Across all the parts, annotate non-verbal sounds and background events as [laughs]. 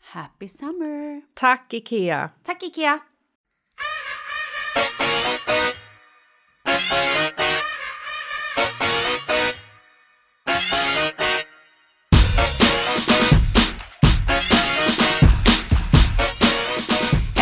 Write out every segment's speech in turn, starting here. Happy summer! Tack, Ikea! Tack Ikea!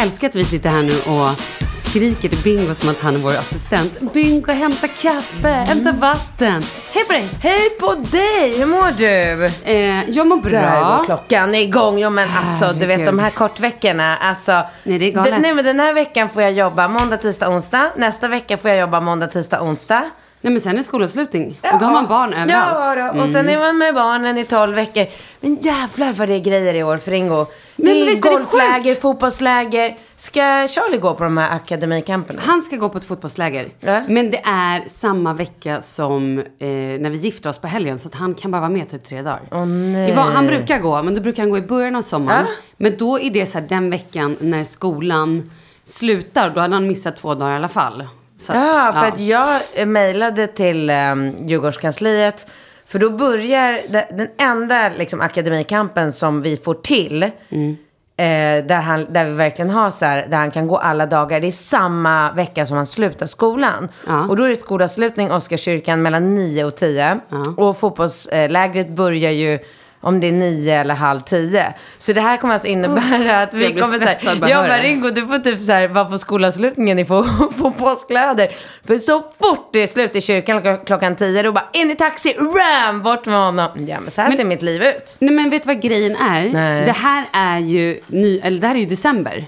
Älskar att vi sitter här nu och skriker till Bingo som att han är vår assistent. Bingo, hämta kaffe, hämta vatten. Hej på dig! Hej på dig! Hur mår du? Eh, jag mår Där går bra. klockan igång. Jo men alltså du vet Herregud. de här kortveckorna. Alltså, Nej, det är galet. Den, nej men den här veckan får jag jobba måndag, tisdag, onsdag. Nästa vecka får jag jobba måndag, tisdag, onsdag. Nej men sen är skolavslutning och då har man barn Ja, överallt. då. och sen är man med barnen i 12 veckor. Men jävlar vad det är grejer i år för Ingo. Nej, det men är visst är det golfläger, sjukt? fotbollsläger. Ska Charlie gå på de här akademikamperna? Han ska gå på ett fotbollsläger. Ja. Men det är samma vecka som eh, när vi gifter oss på helgen. Så att han kan bara vara med typ tre dagar. nej. Det var, han brukar gå, men då brukar han gå i början av sommaren. Men då är det så här den veckan när skolan slutar. Då hade han missat två dagar i alla fall. Så att, Ja, för att jag eh, mejlade till um, Djurgårdskansliet. För då börjar de- den enda liksom, akademikampen som vi får till. Mm. Eh, där, han, där vi verkligen har så här, där han kan gå alla dagar. Det är samma vecka som han slutar skolan. Ja. Och då är det skolavslutning, Oscarskyrkan mellan 9 och 10. Och fotbollslägret börjar ju Om det är nio eller halv tio. Så det här kommer alltså innebära att vi jag blir kommer så stressad här, bara jag höra bara det. Ringo du får typ så här, vara på skolavslutningen, ni får, [laughs] får påskkläder. För så fort det är slut i kyrkan klockan- klockan tio, då bara in i taxi, ram, bort med honom. Ja men så här ser mitt liv ut. Nej men vet du vad grejen är? Nej. Det här är ju ny, eller det här är ju december.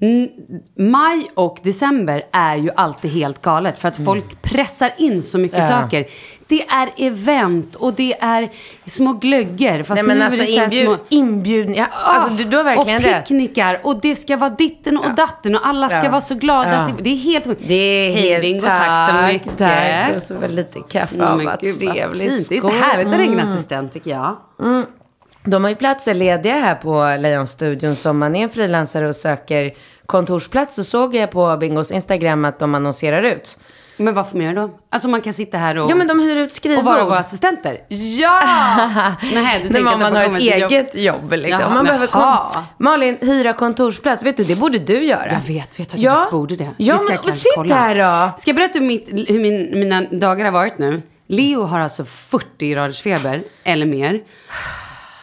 N- Maj och december är ju alltid helt galet för att folk pressar in så mycket Mm. Ja. saker. Det är event och det är små glögger. Fast Nej men nu alltså är det så här inbjud, små... Ah, inbjudningar, alltså du, du har verkligen och det. picknickar och det ska vara ditten och datten och alla ska Ja. vara så glada. Ja. Att det, det är helt... Det är Hej, helt... Ringo, tack så mycket. Tack. Och så väl lite kaffe. Ja, Mm, vad trevligt. Det är så Skål. Mm. härligt att ha egen assistent tycker jag. De har ju platser lediga här på Lejonstudion. Så om man är en frilansare och söker kontorsplats så såg jag på Bingos Instagram att de annonserar ut. Men vad får man göra då? Alltså man kan sitta här och... Ja men de hyr ut skrivbord. Och vara [laughs] våra assistenter? Ja! Nej, du Men tänker om att man de har kommer ett till jobb- eget jobb, liksom. Jaha, man behöver jaha. kont- Malin, hyra kontorsplats. Vet du, det borde du göra. Jag vet, vet att jag visst borde det. Ja, Vi ska men och kanske sitt kolla. här då. Ska jag berätta hur, mitt, hur min, mina dagar har varit nu? Leo har alltså 40 graders feber, eller mer.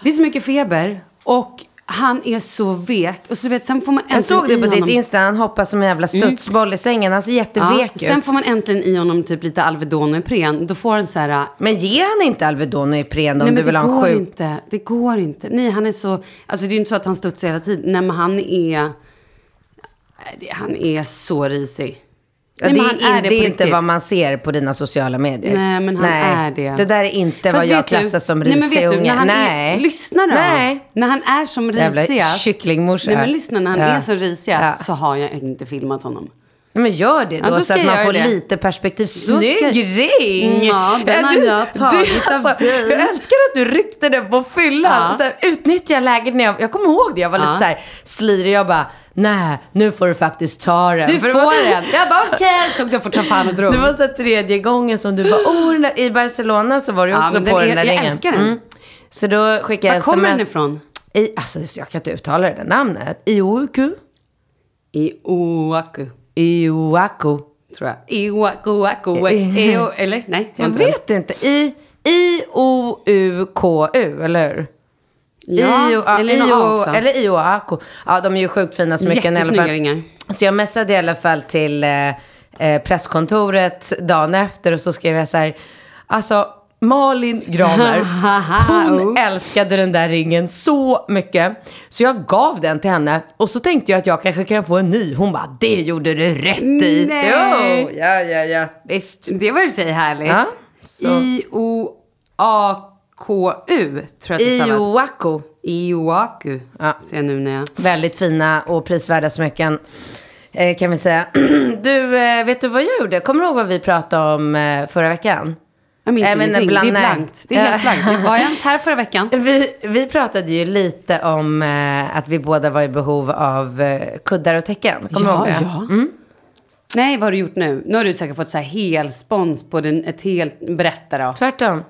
Det är så mycket feber och han är så vek. Och så du vet, sen får man äntligen Jag såg det i på ditt honom- Mm. Insta, han hoppar som en jävla studsboll i sängen. Han ser jättevek Ja, sen ut. får man äntligen i honom typ lite Alvedon och Ipren. Då får han så här Men ge han inte Alvedon och Ipren om Nej, men du vill det ha en går sjuk inte. Det går inte. Nej, han är så... Alltså det är ju inte så att han studsar hela tiden. Nej, men han är... Nej, det- Han är så risig. Ja, Nej, det men är, han in, det på är inte riktigt. vad man ser på dina sociala medier. Nej, men han är det. Det där är inte Fast vad jag vet du- klassar som Nej, men risig vet du, unge. när han Nej. Är, lyssna då. Nej. När han är som Jävla risigast. kycklingmorsa. Nej, men lyssna. När han Ja. är som risigast Ja. så har jag inte filmat honom. Men gör det då, Ja, då så ska att jag man göra får det. lite perspektiv. ska- Mm, Snygg ring! Ja, den har jag tagit av dig. alltså, Jag älskar att du ryckte den på fyllan. Ja. Så här, Utnyttja läget när jag, jag kommer ihåg det, jag var lite Ja. så här slirig. Jag bara, nej nu får du faktiskt ta den. Du För det får var- den. Jag bara okej. Tog den fort som fan och [laughs] drog. Det var så här tredje gången som du bara, oh, den där, i Barcelona så var du Ja, också men på den den, är- där jag ringen. Mm. älskar den. Så då skickade Var jag kommer den sms ifrån? I, alltså det- jag kan inte uttala det där namnet. Iouku? I Oaku. Iouaku. Tror jag. I Oaku, Oaku, Oaku. Eller? Nej. det var Jag inte den. vet inte. I, I-O-U-K-U, eller hur? Ja, I-O- ja, eller något I-O- A också. Eller Iouaku. Ja, de är ju sjukt fina så mycket. i alla fall. Jättesnygga ringar. Så jag messade i alla fall till eh, eh, presskontoret dagen efter och så skrev jag så här, alltså Malin [laughs] Graner, hon Oh. älskade den där ringen så mycket. Så jag gav den till henne och så tänkte jag att jag kanske kan få en ny. Hon bara, det gjorde du rätt i. Nej. Jo, ja, ja, ja, visst. Det var i och för sig härligt. Ja, så. I-O-A-K-U tror jag att det stavas. Iouaku. Ioaku. Ja. Ser jag nu när jag... Väldigt fina och prisvärda smycken. eh, Kan vi säga. [clears throat] Du, eh, vet du vad jag gjorde? Kommer du ihåg vad vi pratade om eh, förra veckan? Jag minns Nej, men ingenting. Det bland- är blankt. Det är helt blankt. Var jag ens här [laughs] förra veckan? Vi, vi pratade ju lite om eh, att vi båda var i behov av eh, kuddar och täcken. Kommer du ihåg det? Mm. Nej, vad har du gjort nu? Nu har du säkert fått så här helspons på den, ett helt... Berätta då. Tvärtom.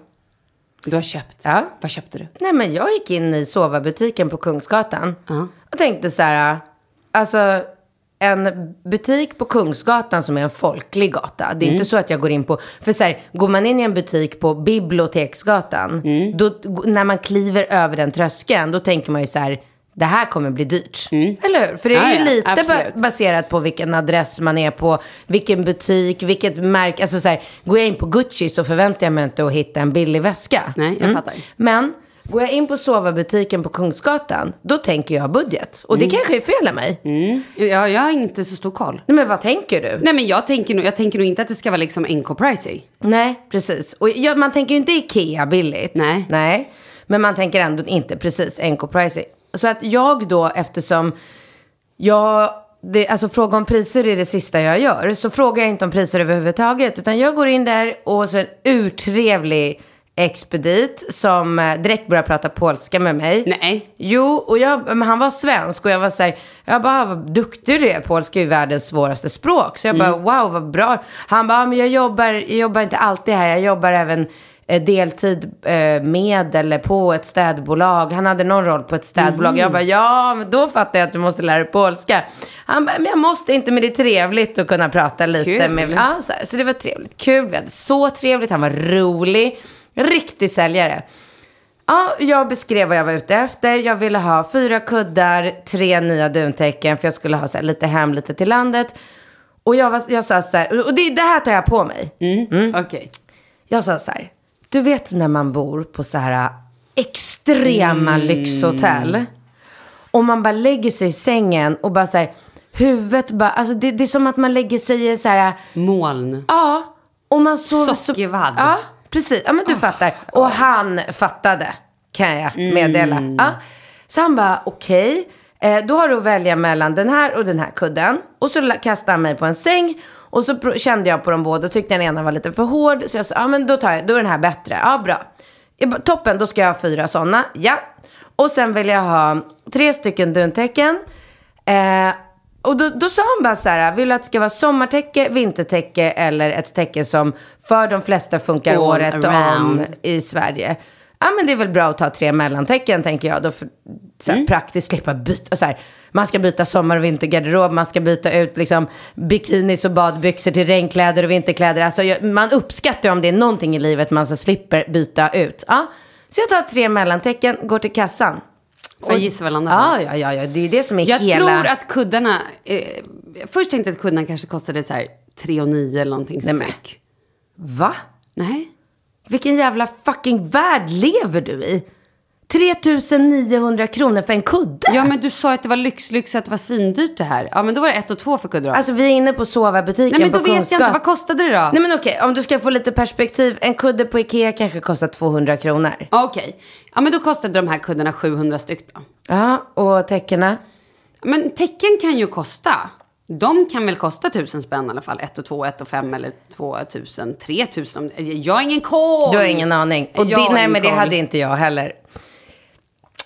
Du har köpt. Ja. Vad köpte du? Nej, men jag gick in i sovabutiken på Kungsgatan Ja. och tänkte så här, alltså en butik på Kungsgatan som är en folklig gata. Det är Mm. inte så att jag går in på, för så här, går man in i en butik på Biblioteksgatan, Mm. då, när man kliver över den tröskeln, då tänker man ju så här, det här kommer bli dyrt. Eller hur? För det är Mm. Ja, ju ja, lite absolut. ba- baserat på vilken adress man är på, vilken butik, vilket märke. Alltså så här, går jag in på Gucci så förväntar jag mig inte att hitta en billig väska. Mm. Nej, jag fattar. Men går jag in på sovabutiken på Kungsgatan, då tänker jag budget. Och det Mm. kanske är fel av mig. Ja, jag har inte så stor koll. Nej, men vad tänker du? Nej, men jag tänker nog, jag tänker nog inte att det ska vara liksom NK-pricey. Nej, precis. Och ja, man tänker ju inte Ikea billigt. Nej. Nej. Men man tänker ändå inte precis NK pricing. Så att jag då, eftersom jag, det, alltså fråga om priser är det sista jag gör. Så frågar jag inte om priser överhuvudtaget. Utan jag går in där och så en urtrevlig expedit som eh, direkt börjar prata polska med mig. Nej. Jo, och jag, men han var svensk och jag var så här, jag bara, "Ah, vad duktig du är. Polska är ju världens svåraste språk. Så jag bara, wow, vad bra. Han bara, "Ja, men jag jobbar, jag jobbar inte alltid här, jag jobbar även eh, deltid eh, med eller på ett städbolag. Han hade någon roll på ett städbolag. Jag bara, ja, men då fattar jag att du måste lära dig polska. Han bara, men jag måste inte, men det är trevligt att kunna prata lite Kul. med... Ja, så, här, så det var trevligt. Kul, vi hade så trevligt, han var rolig. Riktig säljare. Ja, jag beskrev vad jag var ute efter. Jag ville ha fyra kuddar, tre nya duntäcken för jag skulle ha så här, lite hem, lite till landet. Och jag, var, jag sa så här, och det, det här tar jag på mig. Mm, Mm. Okej. Jag sa så här, du vet när man bor på så här extrema Mm. lyxhotell. Och man bara lägger sig i sängen och bara så här, huvudet bara, alltså det, det är som att man lägger sig i så här, Moln. ja. Och man sover så- Sockervadd. Ja, precis. Ja men du fattar. Och han fattade, kan jag meddela. Ja. Så han bara, okej. eh, Då har du att välja mellan den här och den här kudden. Och så la- kastade han mig på en säng. Och så pro- kände jag på dem båda. Tyckte den ena var lite för hård. Så jag sa, ja men då tar jag, då är den här bättre. Ja, bra. Jag bara, Toppen, då ska jag ha fyra sådana. Ja. Och sen vill jag ha tre stycken duntäcken. Eh, och då, då sa han bara så här, vill du att det ska vara sommartäcke, vintertäcke eller ett täcke som för de flesta funkar All året om around. i Sverige? Ja men det är väl bra att ta tre mellantecken tänker jag. Då för, så Mm. här, praktiskt slippa byta, så här, man ska byta sommar och vintergarderob, man ska byta ut liksom bikinis och badbyxor till regnkläder och vinterkläder. Alltså jag, man uppskattar ju om det är någonting i livet man så slipper byta ut. Ja. Så jag tar tre mellantecken, går till kassan. Får jag gissa vad jag landar på? Ja, ja, ja, ja, det är ju det som är Jag hela... tror att kuddarna... Eh, först tänkte jag att kuddarna kanske kostade så här 3 och 9 eller någonting Nej, men- styck. Va? Nej. Vilken jävla fucking värld lever du i? 3900 kronor för en kudde? Ja, men du sa att det var lyxlyx och att det var svindyrt det här. Ja, men då var det 1 och 2 för kuddar. Alltså vi är inne på sovabutiken Nej, men på då vet jag inte. Kungsgatan. Vad kostade det då? Nej men okej, om du ska få lite perspektiv. En kudde på Ikea kanske kostar 200 kronor. Ja, Okej. Ja, men då kostade de här kuddarna 700 styck då. Ja, och täckena? Men tecken kan ju kosta. De kan väl kosta tusen spänn i alla fall. Ett och två, ett och fem eller två tusen, tre tusen. om- Jag har ingen koll. Du har ingen aning. Och Jag det, har nej ingen men det koll. hade inte jag heller.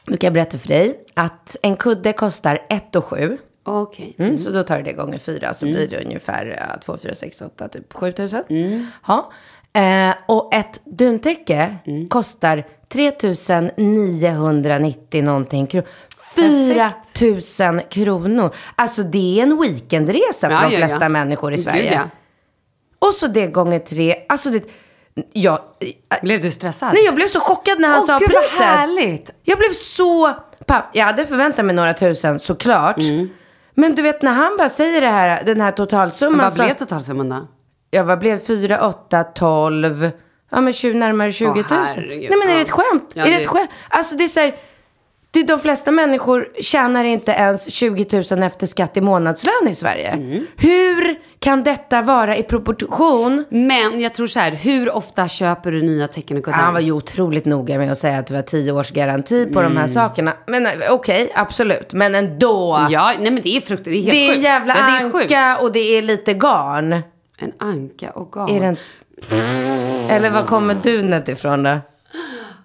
Nu kan jag berätta för dig att en kudde kostar 1 och 7. Okej. Mm, Så då tar du det gånger fyra Mm. så blir det ungefär eh, 2, 4, 6, 8, typ 7 tusen. Mm. Ja. Eh, och ett duntäcke Mm. kostar 3 990 någonting kronor. 4 000 kronor. Alltså det är en weekendresa för Ja, de ja, flesta ja. människor i Gud, Sverige. ja. Och så det gånger tre. Alltså det, eh, jag, Blev du stressad? nej, jag blev så chockad när han Åh, sa gud, vad priset. härligt. Jag blev så papp. Jag hade förväntat mig några tusen såklart. Mm. Men du vet när han bara säger det här, den här totalsumman. Vad så- blev totalsumman då? Ja, vad blev 4, 8, 12, ja men 20, närmare 20 000. Åh, Nej herregud. men är det Ja. ett skämt? Ja, är det det- ett skämt? Alltså det är så här, det, de flesta människor tjänar inte ens 20 000 efter skatt i månadslön i Sverige. Hur kan detta vara i proportion? Mm. Men jag tror så här, hur ofta köper du nya tecken och kuddar? Han var ju otroligt noga med att säga att det var 10 års garanti på Mm. de här sakerna. Men eh, okej, absolut. Men ändå. Ja, nej men det är frukt, det är helt Ah. det är sjukt. jävla ja, det är sjukt. anka och det är lite garn. En anka oh och garn. Är det en... Eller var kommer dunet ifrån då?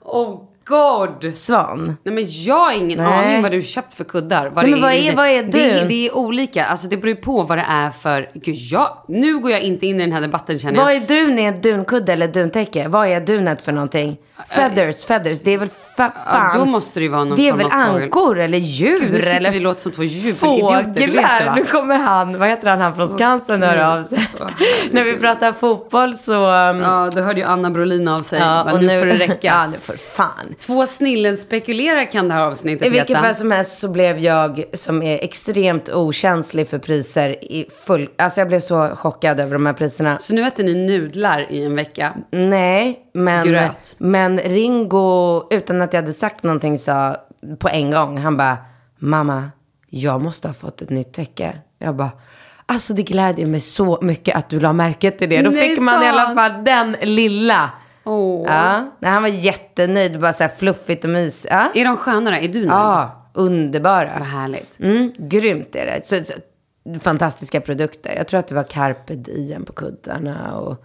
Oh god! Svan? Nej men jag har ingen Nej. aning vad du köpt för kuddar. Vad Nej, det men vad är- vad är Det, du? det är olika, alltså det beror ju på vad det är för... Gud, jag, nu går jag inte in i den här debatten känner jag. Vad är dun i en dunkudde eller duntäcke? Vad är dunet för någonting? Feathers, feathers. Det är väl fa- fan. då måste det ju vara någon Det är form väl av fågel. ankor eller djur Gud, nu sitter eller vi och låter som två djuridioter, du vet det, va? Fåglar! Nu kommer han, vad heter han, han från Skansen höra av sig. Åh, När vi pratar fotboll så... um, Ja, då hörde ju Anna Brolin av sig. ja, Ja, nu, får det räcka. [laughs] Ja, nu får det fan. Två snillen spekulerar kan det här avsnittet I vilket heta. fall som helst så blev jag, som är extremt okänslig för priser, i full... Alltså jag blev så chockad över de här priserna. Så nu äter ni nudlar i en vecka. Nej, men, Gröt. men Ringo, utan att jag hade sagt någonting, sa på en gång, han bara, mamma, jag måste ha fått ett nytt täcke. Jag bara, alltså det glädjer mig så mycket att du la märke till det. Då Nej, fick man i sant. alla fall den lilla. Åh. Ja, nej, han var jättenöjd, bara så här fluffigt och mysigt. Ja, Är de skönare? Är du nöjd? ja Ah, underbara. Mm. Vad härligt. Mm, grymt är det. Så, så, fantastiska produkter. Jag tror att det var carpe diem på kuddarna och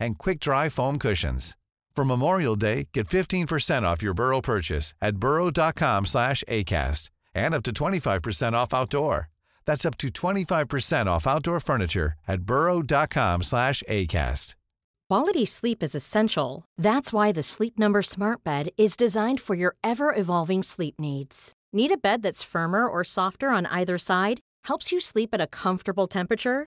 and quick-dry foam cushions. For Memorial Day, get 15% off your Burrow purchase at burrow.com/acast and up to 25% off outdoor. That's up to 25% off outdoor furniture at burrow.com/acast. Quality sleep is essential. That's why the Sleep Number Smart Bed is designed for your ever evolving sleep needs. Need a bed that's firmer or softer on either side? Helps you sleep at a comfortable temperature?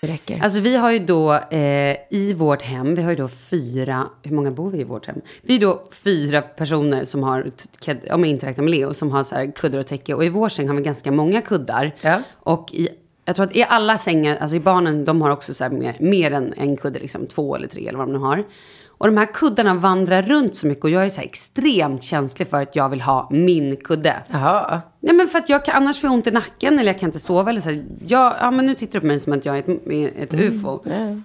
Det räcker. Alltså vi har ju då eh, i vårt hem, vi har ju då fyra, hur många bor vi i vårt hem? Vi är då fyra personer som har, t- ked- om jag inte räknar med Leo, som har så här kuddar och täcke. Och i vår säng har vi ganska många kuddar. Ja. Och i, jag tror att i alla sängar, alltså i barnen, de har också så här mer, mer än en kudde, liksom två eller tre eller vad de nu har. Och de här kuddarna vandrar runt så mycket och jag är så här extremt känslig för att jag vill ha min kudde. Jaha. Nej men för att jag kan, annars får jag ont i nacken eller jag kan inte sova eller så här, jag, ja men nu tittar du på mig som att jag är ett, är ett Mm, ufo.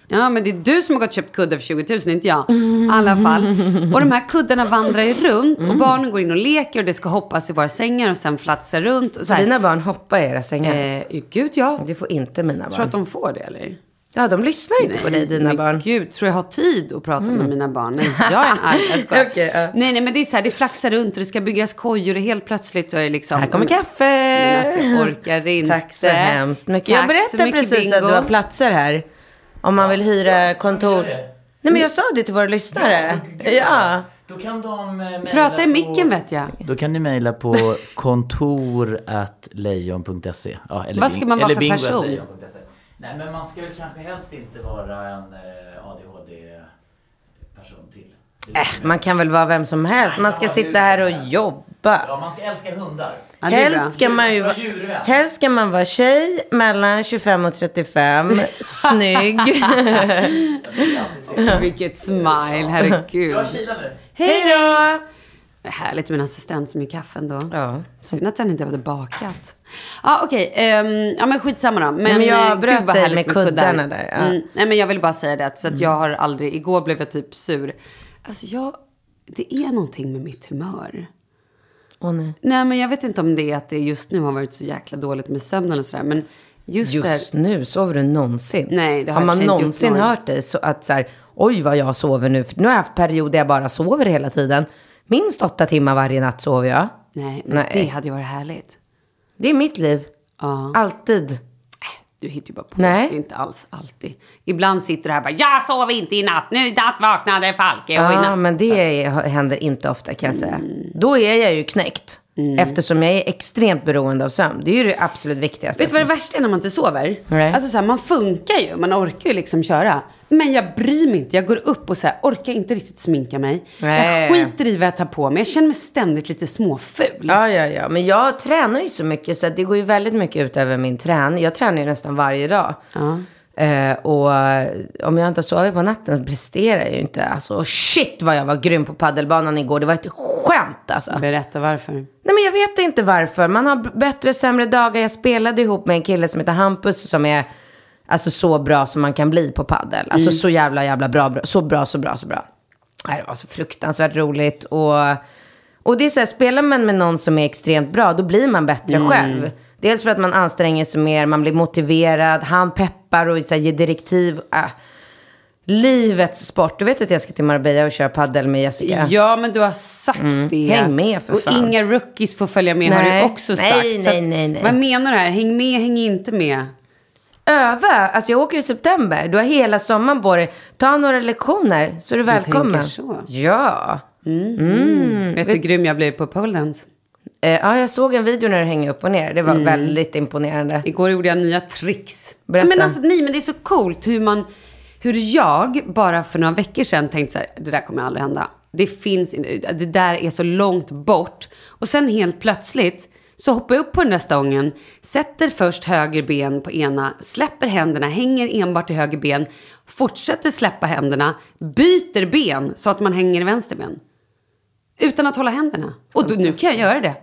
Ja men det är du som har gått och köpt kudde för 20 000, inte jag. I alla fall. Och de här kuddarna vandrar ju runt Mm. och barnen går in och leker och det ska hoppas i våra sängar och sen flatsa runt. Och så Så här. dina barn hoppar i era sängar? Eh, gud ja, Det får inte mina tror barn. att de får det eller? Ja, de lyssnar inte på dig, dina men barn. Mm. Gud, tror jag har tid att prata med mina barn? Nej, jag är en arg, jag skojar. [laughs] Okej, ja. Nej, nej, men det är så här, det flaxar runt och det ska byggas kojor och helt plötsligt så är det liksom... Här kommer kaffe! Men alltså, jag orkar inte. Eh, Tack så hemskt mycket. Tack jag så berättade mycket, precis att Bingo. du har platser här. Om man vill hyra kontor. Nej, men jag sa det till våra lyssnare. Ja. Då kan de... eh, mejla Prata i på- micken vet jag. Då kan ni mejla på kontor.lejon.se. Ja, eller Vad ska bing- man vara eller för bingo person? at lejon.se. Nej, men man ska väl kanske helst inte vara en eh, ADHD-person till. Det är lite mer- Äh, Man kan väl vara vem som helst. Man ska sitta här och jobba. Ja, man ska älska hundar. Ja, det är bra. Helst ska, man ju, Jag är djurvän. helst ska man vara tjej mellan 25 och [laughs] 35. Snygg. [laughs] Vilket smile, herregud. Jag kilar nu. Hej då! Härligt med en assistent som gör kaffen då. Ja. Synd att han inte hade bakat. Ja, okej. ehm, ja, men skitsamma då. Men, men jag eh, bröt gud, vad dig härligt med kuddar. kuddarna där, ja. Mm. Mm, nej, men jag vill bara säga det. att- Så att jag har aldrig... Igår blev jag typ sur. Alltså, jag... Det är någonting med mitt humör. Åh nej. Nej, men jag vet inte om det är att det just nu har varit så jäkla dåligt med sömnen och sådär. Men just, Just det... nu, sover du någonsin? Nej, det har Har jag man i och för sig inte gjort någonsin någon- hört dig så att så här, oj vad jag sover nu. För nu har jag haft perioder jag bara sover hela tiden. Minst åtta timmar varje natt sover jag. Nej, men Nej. det hade ju varit härligt. Det är mitt liv. Ja. Alltid. Äh, Du hittar ju bara på. Nej. Det är inte alls alltid. Ibland sitter du här och bara, jag sov inte i natt, nu i natt vaknade Falke. och i Ja, natt." men det är, händer inte ofta kan jag säga. Då är jag ju knäckt. Mm. Eftersom jag är extremt beroende av sömn. Det är ju det absolut viktigaste. Vet du vad det värsta är när man inte sover? Nej. Alltså så här, man funkar ju, man orkar ju liksom köra. Men jag bryr mig inte, jag går upp och så här, orkar inte riktigt sminka mig. Nej. Jag skiter i vad jag tar på mig, jag känner mig ständigt lite småful. Ja, ja, ja. Men jag tränar ju så mycket så att det går ju väldigt mycket ut över min träning. Jag tränar ju nästan varje dag. Eh, och eh, om jag inte har sovit på natten så presterar jag ju inte. Alltså shit vad jag var grym på paddelbanan igår. Det var ett skämt alltså. Berätta varför. Nej men jag vet inte varför. Man har b- bättre och sämre dagar. Jag spelade ihop med en kille som heter Hampus som är alltså, så bra som man kan bli på paddel. Alltså så jävla jävla bra, bra. Så bra, så bra, så bra. Nej, Det var så fruktansvärt roligt. Och, och det är så här, spelar man med någon som är extremt bra då blir man bättre själv. Dels för att man anstränger sig mer, man blir motiverad, han peppar och så här, ger direktiv. Äh. Livets sport. Du vet att jag ska till Marbella och köra paddel med Jessica? Ja, men du har sagt det. Mm. Häng med, för Och fan. inga rookies får följa med har Nej. du också Nej, sagt. Så nej, att- nej, nej. Vad menar du här? Häng med, häng inte med. öva. Alltså jag åker i september. Du har hela sommaren på dig. Ta några lektioner så är du välkommen. tänker så. Mm. Ja. Mm. Vet du hur grym jag blev på pole dance? Eh, ja, jag såg en video när du hänger upp och ner. Det var Mm. väldigt imponerande. Igår gjorde jag nya tricks. Berätta. Men alltså, nej, men det är så coolt hur man... Hur jag bara för några veckor sedan tänkte så här, det där kommer aldrig hända. Det finns inte- det där är så långt bort. Och sen helt plötsligt så hoppar jag upp på den där stången, sätter först höger ben på ena, släpper händerna, hänger enbart i höger ben, fortsätter släppa händerna, byter ben så att man hänger i vänster ben. Utan att hålla händerna. Och då, nu kan jag göra det.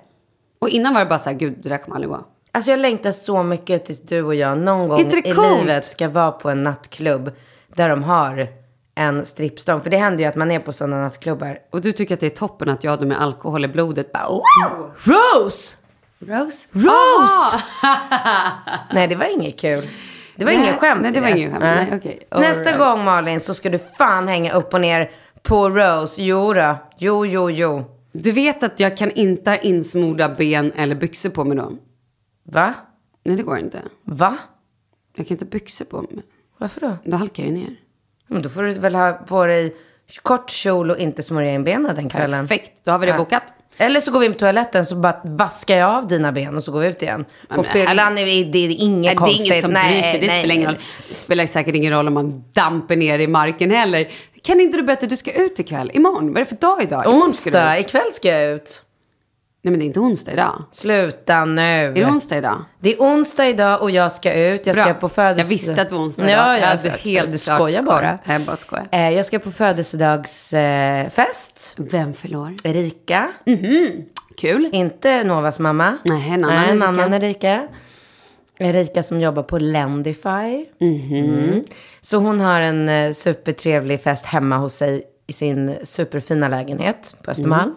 Och innan var det bara så här, gud det där kommer aldrig gå. Alltså jag längtar så mycket tills du och jag någon gång Inte det i coolt? livet ska vara på en nattklubb där de har en strippstång. För det händer ju att man är på sådana nattklubbar. Och du tycker att det är toppen att jag hade med alkohol i blodet bara wow! Rose! Rose? Rose! Aha! [laughs] Nej, det var inget kul. Det var Nej, inget skämt nej, det i var inget skämt. Nej, okej. All Nästa right. gång Malin så ska du fan hänga upp och ner på Rose. Jo då. Jo, jo, jo. du vet att jag kan inte ha insmorda ben eller byxor på mig då? Va? Nej det går inte. Va? Jag kan inte ha byxor på mig. Varför då? Då halkar jag ju ner. Men då får du väl ha på dig kort kjol och inte smörja in benen den kvällen. Perfekt, då har vi det Ja. bokat. Eller så går vi in på toaletten så bara vaskar jag av dina ben och så går vi ut igen. På men fyllan är vi- det är inget Nej, konstigt. Det är ingen som bryr sig. Det nej, spelar, ingen roll. nej. det spelar säkert ingen roll om man damper ner i marken heller. Kan inte du berätta, du ska ut ikväll? Imorgon? Vad är det för dag idag? Imorgon ska du Onsdag, ut. ikväll ska jag ut. Nej men det är inte onsdag idag. Sluta nu. Är det onsdag idag? Det är onsdag idag och jag ska ut. Jag Bra. ska på födels... Jag visste att det var onsdag idag. Ja, Jag jag hade sökte. helt Du skojar klart koll. bara. Nej, jag bara skojar. Eh, jag ska på födelsedagsfest. Eh, fest. Vem förlorar? Erika. Kul. Inte Novas mamma. Nej, en annan Nej, en Erika. annan Erika. Erika som jobbar på Lendify. Mhm. Mm. Så hon har en eh, supertrevlig fest hemma hos sig i sin superfina lägenhet på Östermalm. Mm.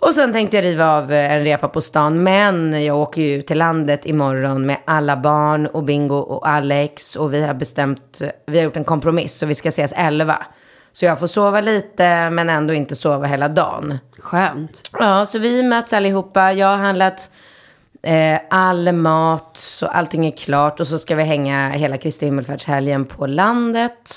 Och sen tänkte jag riva av eh, en repa på stan, men jag åker ju till landet imorgon med alla barn och Bingo och Alex och vi har bestämt, eh, vi har gjort en kompromiss så vi ska ses 11. Så jag får sova lite men ändå inte sova hela dagen. Skönt. Ja, så vi möts allihopa. Jag har handlat eh, all mat, så allting är klart. Och så ska vi hänga hela Kristi himmelfärdshelgen på landet.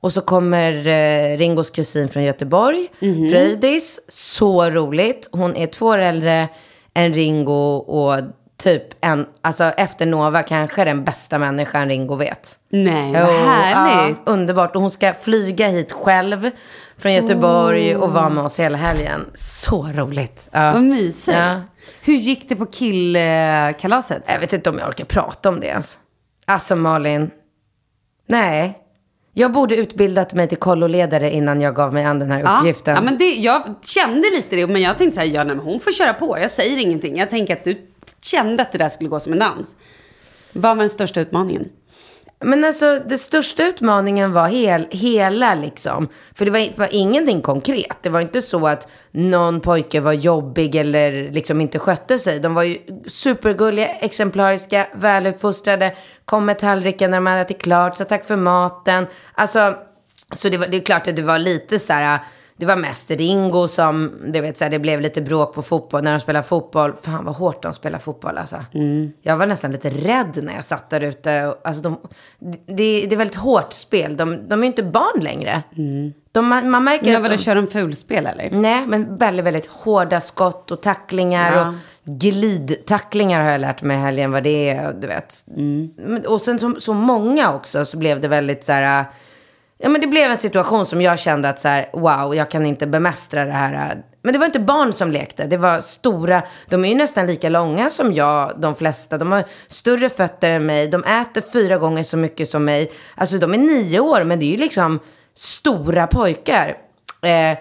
Och så kommer eh, Ringos kusin från Göteborg, Fröjdis. Så roligt. Hon är två år äldre än Ringo och typ en, alltså efter Nova kanske den bästa människan Ringo vet. Nej, Jo, vad härligt. Ja, underbart. Och hon ska flyga hit själv från Göteborg och vara med oss hela helgen. Så roligt. Ja. Vad mysigt. Ja. Hur gick det på killkalaset? Jag vet inte om jag orkar prata om det ens. Alltså Malin. Nej. Jag borde utbildat mig till kolloledare innan jag gav mig an den här uppgiften. Ja, men det, jag kände lite det, men jag tänkte så här, ja, nej, men hon får köra på. Jag säger ingenting. Jag tänker att du kände att det där skulle gå som en dans. Vad var den största utmaningen? Men alltså, den största utmaningen var hel, hela liksom. För det var, var ingenting konkret. Det var inte så att någon pojke var jobbig eller liksom inte skötte sig. De var ju supergulliga, exemplariska, väluppfostrade. Kom med tallriken när de hade ätit klart, sa tack för maten. Alltså, så det, var, det är klart att det var lite så här... Det var mest Ringo som, du vet, så här, det blev lite bråk på fotboll, när de spelar fotboll. Fan vad hårt de spelar fotboll alltså. Jag var nästan lite rädd när jag satt där ute. Och, Alltså, de, det, det är väldigt hårt spel. De, de är ju inte barn längre. De, man, man märker Men att vadå, de, kör de fulspel eller? Nej, men väldigt, väldigt hårda skott och tacklingar. Ja. Och glidtacklingar har jag lärt mig i helgen vad det är, du vet. Men- Och sen så, så många också, så blev det väldigt så här... äh, Ja, men det blev en situation som jag kände att så här, wow, jag kan inte bemästra det här. äh. Men det var inte barn som lekte, det var stora. De är ju nästan lika långa som jag, de flesta. De har större fötter än mig, de äter fyra gånger så mycket som mig. Alltså de är nio år, men det är ju liksom stora pojkar. Eh,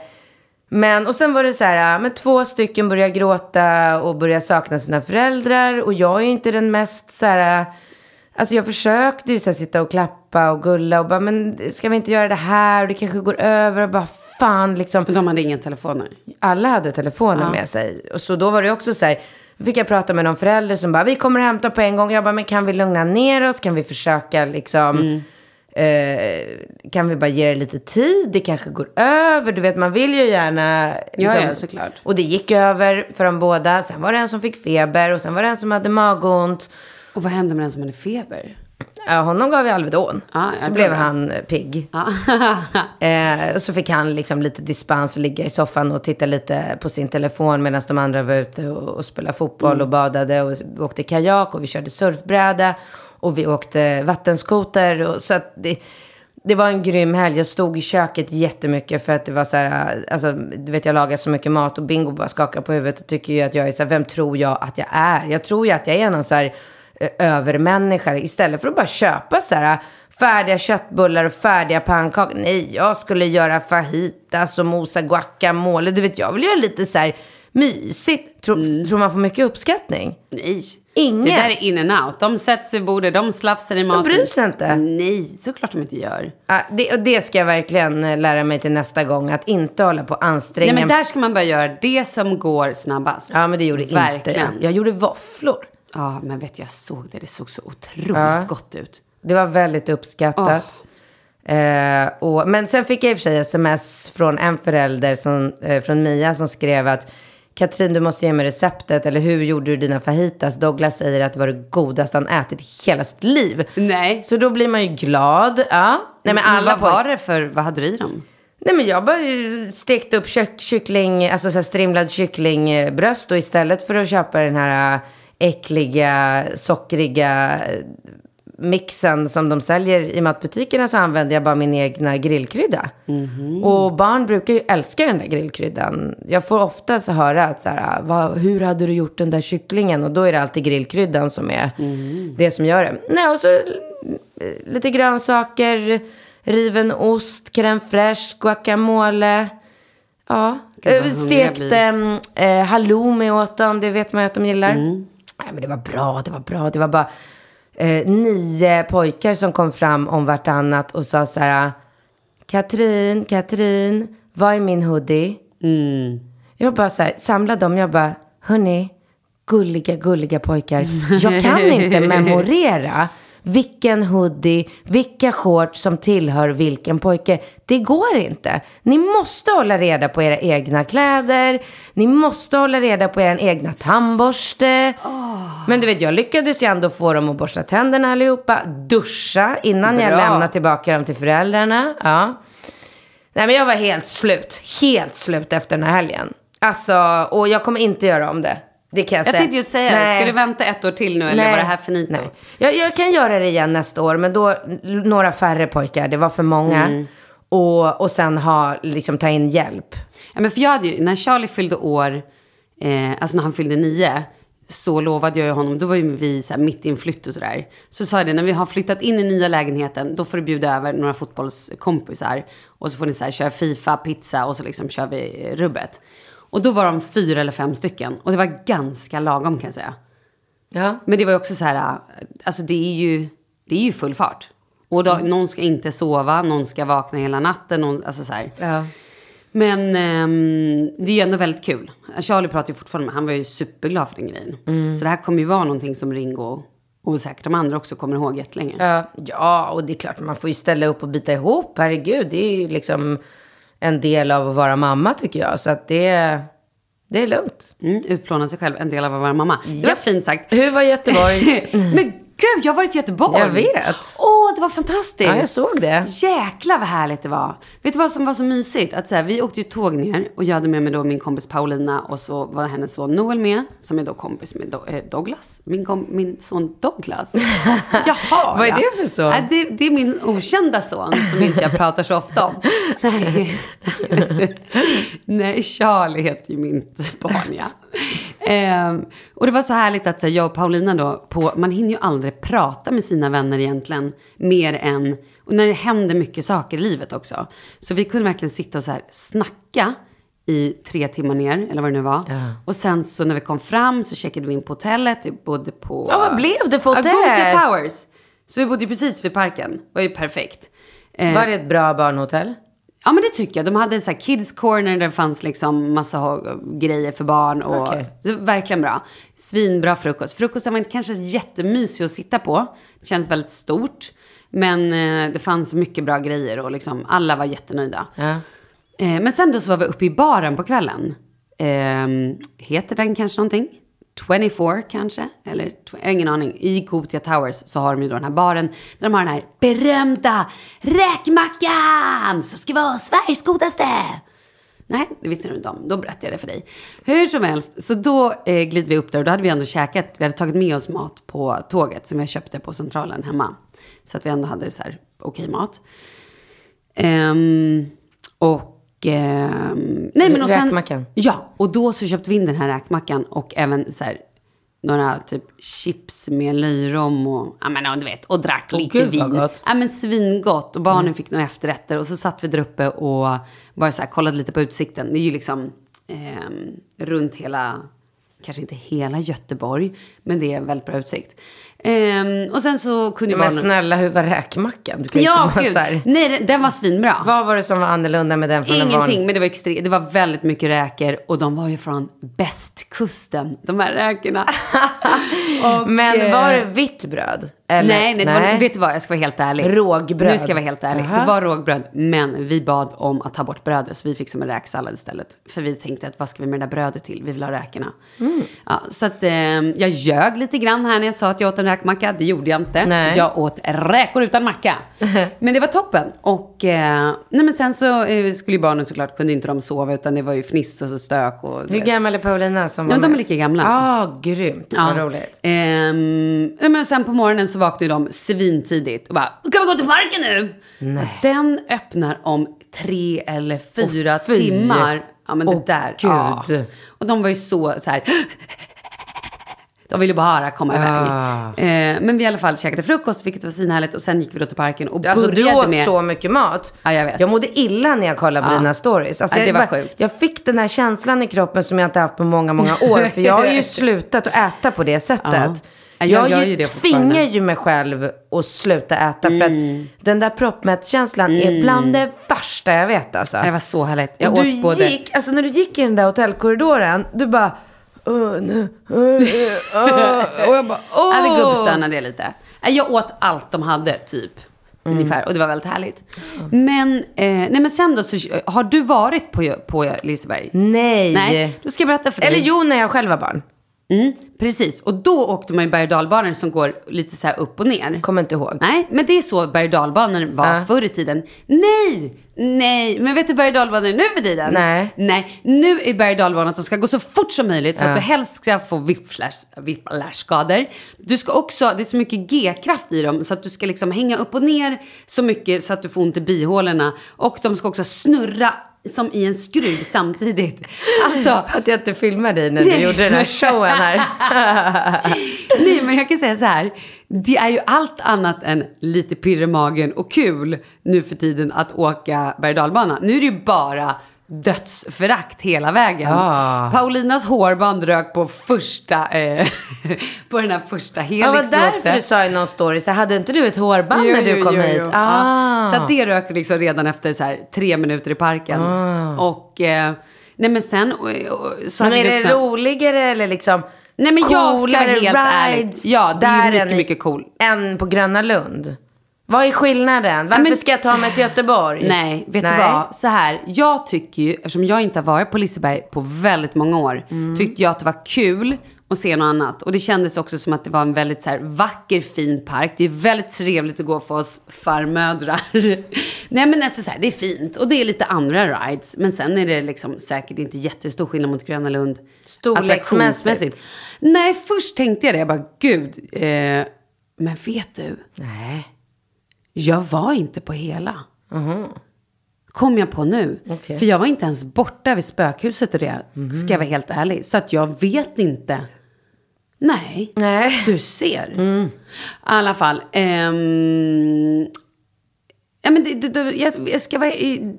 men, och sen var det så här, äh, men två stycken började gråta och började sakna sina föräldrar. Och jag är ju inte den mest så här, äh, alltså jag försökte ju så här, sitta och klappa och gulla och bara, men ska vi inte göra det här? Och det kanske går över och bara, fan liksom De hade inga telefoner. alla hade telefoner med sig. Och så då var det också så här, fick jag prata med någon förälder som bara, vi kommer och hämtar på en gång. Jag bara, men kan vi lugna ner oss? Kan vi försöka liksom, Mm. eh, kan vi bara ge det lite tid? Det kanske går över. Du vet, man vill ju gärna. liksom- ja, såklart. Och det gick över för de båda. Sen var det en som fick feber och sen var det en som hade magont. Och vad händer med den som hade feber? Ja, honom gav vi Alvedon. Ah, Ja, ja, så det blev var bra. han eh, pigg. Ja. [laughs] Eh, och så fick han liksom lite dispens och ligga i soffan och titta lite på sin telefon medan de andra var ute och, och spelade fotboll och badade och s- vi åkte kajak och vi körde surfbräda och vi åkte vattenskoter. Och, så att det, det var en grym helg. Jag stod i köket jättemycket för att det var så här, eh, alltså, du vet jag lagar så mycket mat och Bingo bara skakar på huvudet och tycker ju att jag är så här, vem tror jag att jag är? Jag tror ju att jag är någon så här eh, övermänniska istället för att bara köpa så här äh, färdiga köttbullar och färdiga pannkakor. Nej, jag skulle göra fajitas och mosa guacamole. Du vet, jag vill göra lite så här mysigt. Tror, Mm. tror man får mycket uppskattning? Nej. Ingen. Det där är in and out. De sätter sig vid bordet, de slafsar i maten. bryr sig inte. Nej, såklart de inte gör. Ja, det, och det ska jag verkligen eh, lära mig till nästa gång. Att inte hålla på och anstränga Nej, men där ska man börja göra det som går snabbast. Ja, men det gjorde inte Verkligen. jag. Jag gjorde våfflor. Ja, men vet du, jag såg det. Det såg så otroligt Ja. gott ut. Det var väldigt uppskattat. Eh, och, men sen fick jag i och för sig sms från en förälder, som, eh, från Mia, som skrev att Katrin, du måste ge mig receptet. Eller hur gjorde du dina fajitas? Douglas säger att det var det godaste han ätit i hela sitt liv. Nej. Så då blir man ju glad. Ja. Nej, men alla vad var poj- det för, vad hade du i dem? Nej men jag bara ju stekte upp kök, kyckling, alltså så här strimlad kycklingbröst och istället för att köpa den här eh, äckliga, sockriga eh, mixen som de säljer i matbutikerna så använder jag bara min egna grillkrydda. Mhm. Och barn brukar ju älska den där grillkryddan. Jag får ofta så höra att så här, "Ah, vad, hur hade du gjort den där kycklingen? Och då är det alltid grillkryddan som är Mhm. det som gör det. Nej, och så eh, lite grönsaker, riven ost, crème fraîche, guacamole. Ja, Gud, vad Eh, hungrig jag stekt blir. em, eh, halloumi åt dem, det vet man ju att de gillar. Nej, men det var bra, det var bra, det var bara eh, nio pojkar som kom fram om vartannat och sa så här, Katrin, Katrin, vad är min hoodie? Mm. Jag bara så här, samlade dem, jag bara, hörni, gulliga, gulliga pojkar. Jag kan inte memorera vilken hoodie, vilka shorts som tillhör vilken pojke. Det går inte. Ni måste hålla reda på era egna kläder. Ni måste hålla reda på er egna tandborste. Men du vet, jag lyckades ju ändå få dem att borsta tänderna allihopa. Duscha innan jag Bra. lämnade tillbaka dem till föräldrarna. Ja. Nej men jag var helt slut. Helt slut efter den här helgen. Alltså, och jag kommer inte göra om det. Det kan jag, Jag säga. tänkte ju säga det. Alltså, Nej. Ska du vänta ett år till nu eller var det här finito? Nej. Jag, jag kan göra det igen nästa år, men då n- några färre pojkar. Det var för många. Mm. Och, och sen ha, liksom, ta in hjälp. Ja, men för jag hade ju, när Charlie fyllde år, eh, alltså när han fyllde nio, så lovade jag ju honom, då var ju vi så här mitt i en flytt och sådär. Så sa jag det, när vi har flyttat in i nya lägenheten, då får du bjuda över några fotbollskompisar. Och så får ni så här, köra Fifa, pizza och så liksom kör vi eh, rubbet. Och då var de fyra eller fem stycken. Och det var ganska lagom kan jag säga. Ja. Men det var ju också så här, äh, alltså det är ju, det är ju full fart. Och då, Mm. någon ska inte sova, någon ska vakna hela natten, någon, alltså så här. Ja. Men ehm, det är ju ändå väldigt kul. Charlie pratar ju fortfarande med, han var ju superglad för den grejen. Mm. Så det här kommer ju vara någonting som Ringo och säkert de andra också kommer ihåg jättelänge. Ja, ja, och det är klart man får ju ställa upp och bita ihop. Herregud, det är ju liksom en del av att vara mamma tycker jag. Så att det, det är lugnt. Mm, utplåna sig själv, en del av att vara mamma. Det var fint sagt. Hur var Göteborg? [laughs] Men gud, jag har varit i Göteborg. Jag vet. Åh, det var fantastiskt. Ja, jag såg det. Jäklar vad härligt det var. Vet du vad som var så mysigt? Att så här, vi åkte ju tåg ner och jag hade med mig då min kompis Paulina och så var hennes son Noel med. Som är då kompis med Do- eh, Douglas. Min, kom- min son [laughs] Douglas. Jaha. Vad är ja. det för son? Nej, det, det är min okända son som inte jag pratar så ofta [laughs] om. [laughs] Nej. Nej, Charlie heter ju mitt barn ja. Ehm, och det var så härligt att så här, jag och Paulina då, på, man hinner ju aldrig prata med sina vänner egentligen. Mer än, och när det händer mycket saker i livet också. Så vi kunde verkligen sitta och så här snacka i tre timmar ner, eller vad det nu var. Och sen så när vi kom fram så checkade vi in på hotellet, vi bodde på... Ja, vad blev det för Ja, hotell? Gothia Towers. Så vi bodde ju precis vid parken, det var ju perfekt. Ehm, Var det ett bra barnhotell? Ja men det tycker jag. De hade så här kids corner där det fanns liksom massa ha- grejer för barn. Och Okej. det var verkligen bra. Svinbra frukost. Frukosten var inte kanske jättemysig att sitta på. Det kändes väldigt stort. Men eh, det fanns mycket bra grejer och liksom alla var jättenöjda. Ja. Eh, men sen då så var vi uppe i baren på kvällen. Eh, heter den Ehm, kanske någonting? 24 kanske, eller tw- jag har ingen aning. I Gothia Towers så har de ju då den här baren där de har den här berömda räkmackan som ska vara Sveriges godaste. Nej, det visste du inte om. Då berättade jag det för dig. Hur som helst, så då eh, glider vi upp där och då hade vi ändå käkat. Vi hade tagit med oss mat på tåget som jag köpte på Centralen hemma. Så att vi ändå hade så här okej mat. Ehm, och... ehm, nej, men och sen, Räkmackan. Ja, och då så köpte vi in den här räkmackan och även så här några typ chips med löjrom och, ja men ja, du vet, och drack Åh, lite gud, vad vin. gott. Mm. Ja men svingott och barnen fick några efterrätter och så satt vi där uppe och bara så här kollade lite på utsikten. Det är ju liksom ehm, runt hela, kanske inte hela Göteborg, men det är väldigt bra utsikt. Ehm, och sen så kunde ju Men barnen... snälla, hur var räkmackan? Du kan ju [laughs] Ja, inte bara gud. så här- Nej, den- den var svinbra. Vad var det som var annorlunda med den från en Ingenting, vanlig? men det var, extre- det var väldigt mycket räkor och de var ju från bästkusten, de [laughs] här räkorna. Och, Men eh, var det vitt bröd? Eller? Nej, nej, Det var, vet du vad, jag ska vara helt ärlig. Rågbröd. Nu ska jag vara helt ärlig. Jaha. Det var rågbröd, men vi bad om att ta bort brödet, så vi fick som en räksallad istället. För vi tänkte att vad ska vi med det där brödet till? Vi vill ha räkorna. Mm. Ja, så att eh, jag ljög lite grann här när jag sa att jag åt en räkmacka. Det gjorde jag inte. Nej. Jag åt räkor [laughs] utan macka. men det var toppen. Och eh, nej, men sen så eh, skulle ju barnen såklart, kunde inte de sova, utan det var ju fniss och så stök. Och, du Hur vet. gammal är Paulina som Ja, var men de med? är lika gamla. Ja, grymt. Vad roligt. Ehm, nej, men sen på morgonen så vaknade de svintidigt och bara, kan vi gå till parken nu? Nej. Den öppnar om tre eller fyra Åh, fy. timmar. Ja men Åh, det där. Gud. Ja. Och de var ju så, så här. [laughs] De ville bara komma iväg. Ah. Eh, men vi i alla fall käkade frukost, vilket var svinhärligt. Och sen gick vi då till parken och Alltså du började åt med... så mycket mat. Ja, jag vet. mådde illa när jag kollade på Ja. dina stories. Alltså, Ja, jag det var bara- sjukt. Jag fick den här känslan i kroppen som jag inte haft på många, många år. För jag har [laughs] ju slutat att äta på det sättet. Ja. Jag Jag, gör ju ju det fortfarande. Mm. tvingar ju mig själv att sluta äta. För att den där proppmättkänslan är bland det värsta jag vet alltså. Ja, Det var så härligt. Jag och åt du både... gick, alltså när du gick i den där hotellkorridoren, du bara... "Åh, nej, åh, nej, åh." och jag bara... Åh. [laughs] Ja, det gubbstönade jag lite. Nej, Jag åt allt de hade, typ. Mm. Ungefär. Och det var väldigt härligt. Men, eh, nej, men sen då, så, har du varit på, på Liseberg? Nej. Nej, då ska jag berätta för dig. Eller jo, när jag själv var barn. Mm, precis, och då åkte man ju berg och dalbanor som går lite så här upp och ner. Kommer inte ihåg. Nej, men det är så berg och dalbanor var Ja. förr i tiden. Nej, nej, men vet du berg och dalbanor är nu för tiden? Nej. Nej, nu är berg och dalbanan att de ska gå så fort som möjligt så att du helst ska få whiplash-skador. Du ska också, det är så mycket G-kraft i dem så att du ska liksom hänga upp och ner så mycket så att du får ont i bihålorna. Och de ska också snurra som i en [laughs] skruv samtidigt. Alltså, Att jag inte filmade dig när du Nej. gjorde den här showen här. [laughs] Nej, men jag kan säga så här. Det är ju allt annat än lite pirr i magen och kul nu för tiden att åka berg och dalbana. Nu är det ju bara dödsförakt hela vägen. Ja. Paulinas hårband rök på första, eh, [laughs] på den här första Ja, det Helix var vi därför åkte. du sa i någon story, så hade inte du ett hårband Jo, när du jo, kom jo, hit? jo. Ah. Ja. Så att det rök liksom redan efter så här, tre minuter i parken. Och, eh, nej men sen... eh, Så Ah. Men hade är det vi också- roligare eller liksom Nej, men jag ska vara coolare helt ärlig. rides Ja, det är där mycket, än i- mycket cool. Än på Gröna Lund? Vad är skillnaden? Varför men- ska jag ta mig till Göteborg? Nej, vet du vad? Så här, jag tycker ju, eftersom jag inte har varit på Liseberg på väldigt många år, tyckte jag att det var kul att se något annat. Och det kändes också som att det var en väldigt så här, vacker, fin park. Det är väldigt trevligt att gå för oss farmödrar. [laughs] Nej men alltså så här, det är fint. Och det är lite andra rides. Men sen är det liksom säkert inte jättestor skillnad mot Gröna Lund. Storleksmässigt. Attraktionsmässigt. Nej, först tänkte jag det. Jag bara, gud. Eh, men vet du? Nej. Jag var inte på hela. Kom jag på nu. För jag var inte ens borta vid spökhuset och det. Mhm. Ska jag vara helt ärlig. Så att jag vet inte. Nej. Nej. Mm. Du ser. I alla fall. ehm, ja, men det, det, det, jag, jag ska vara... I,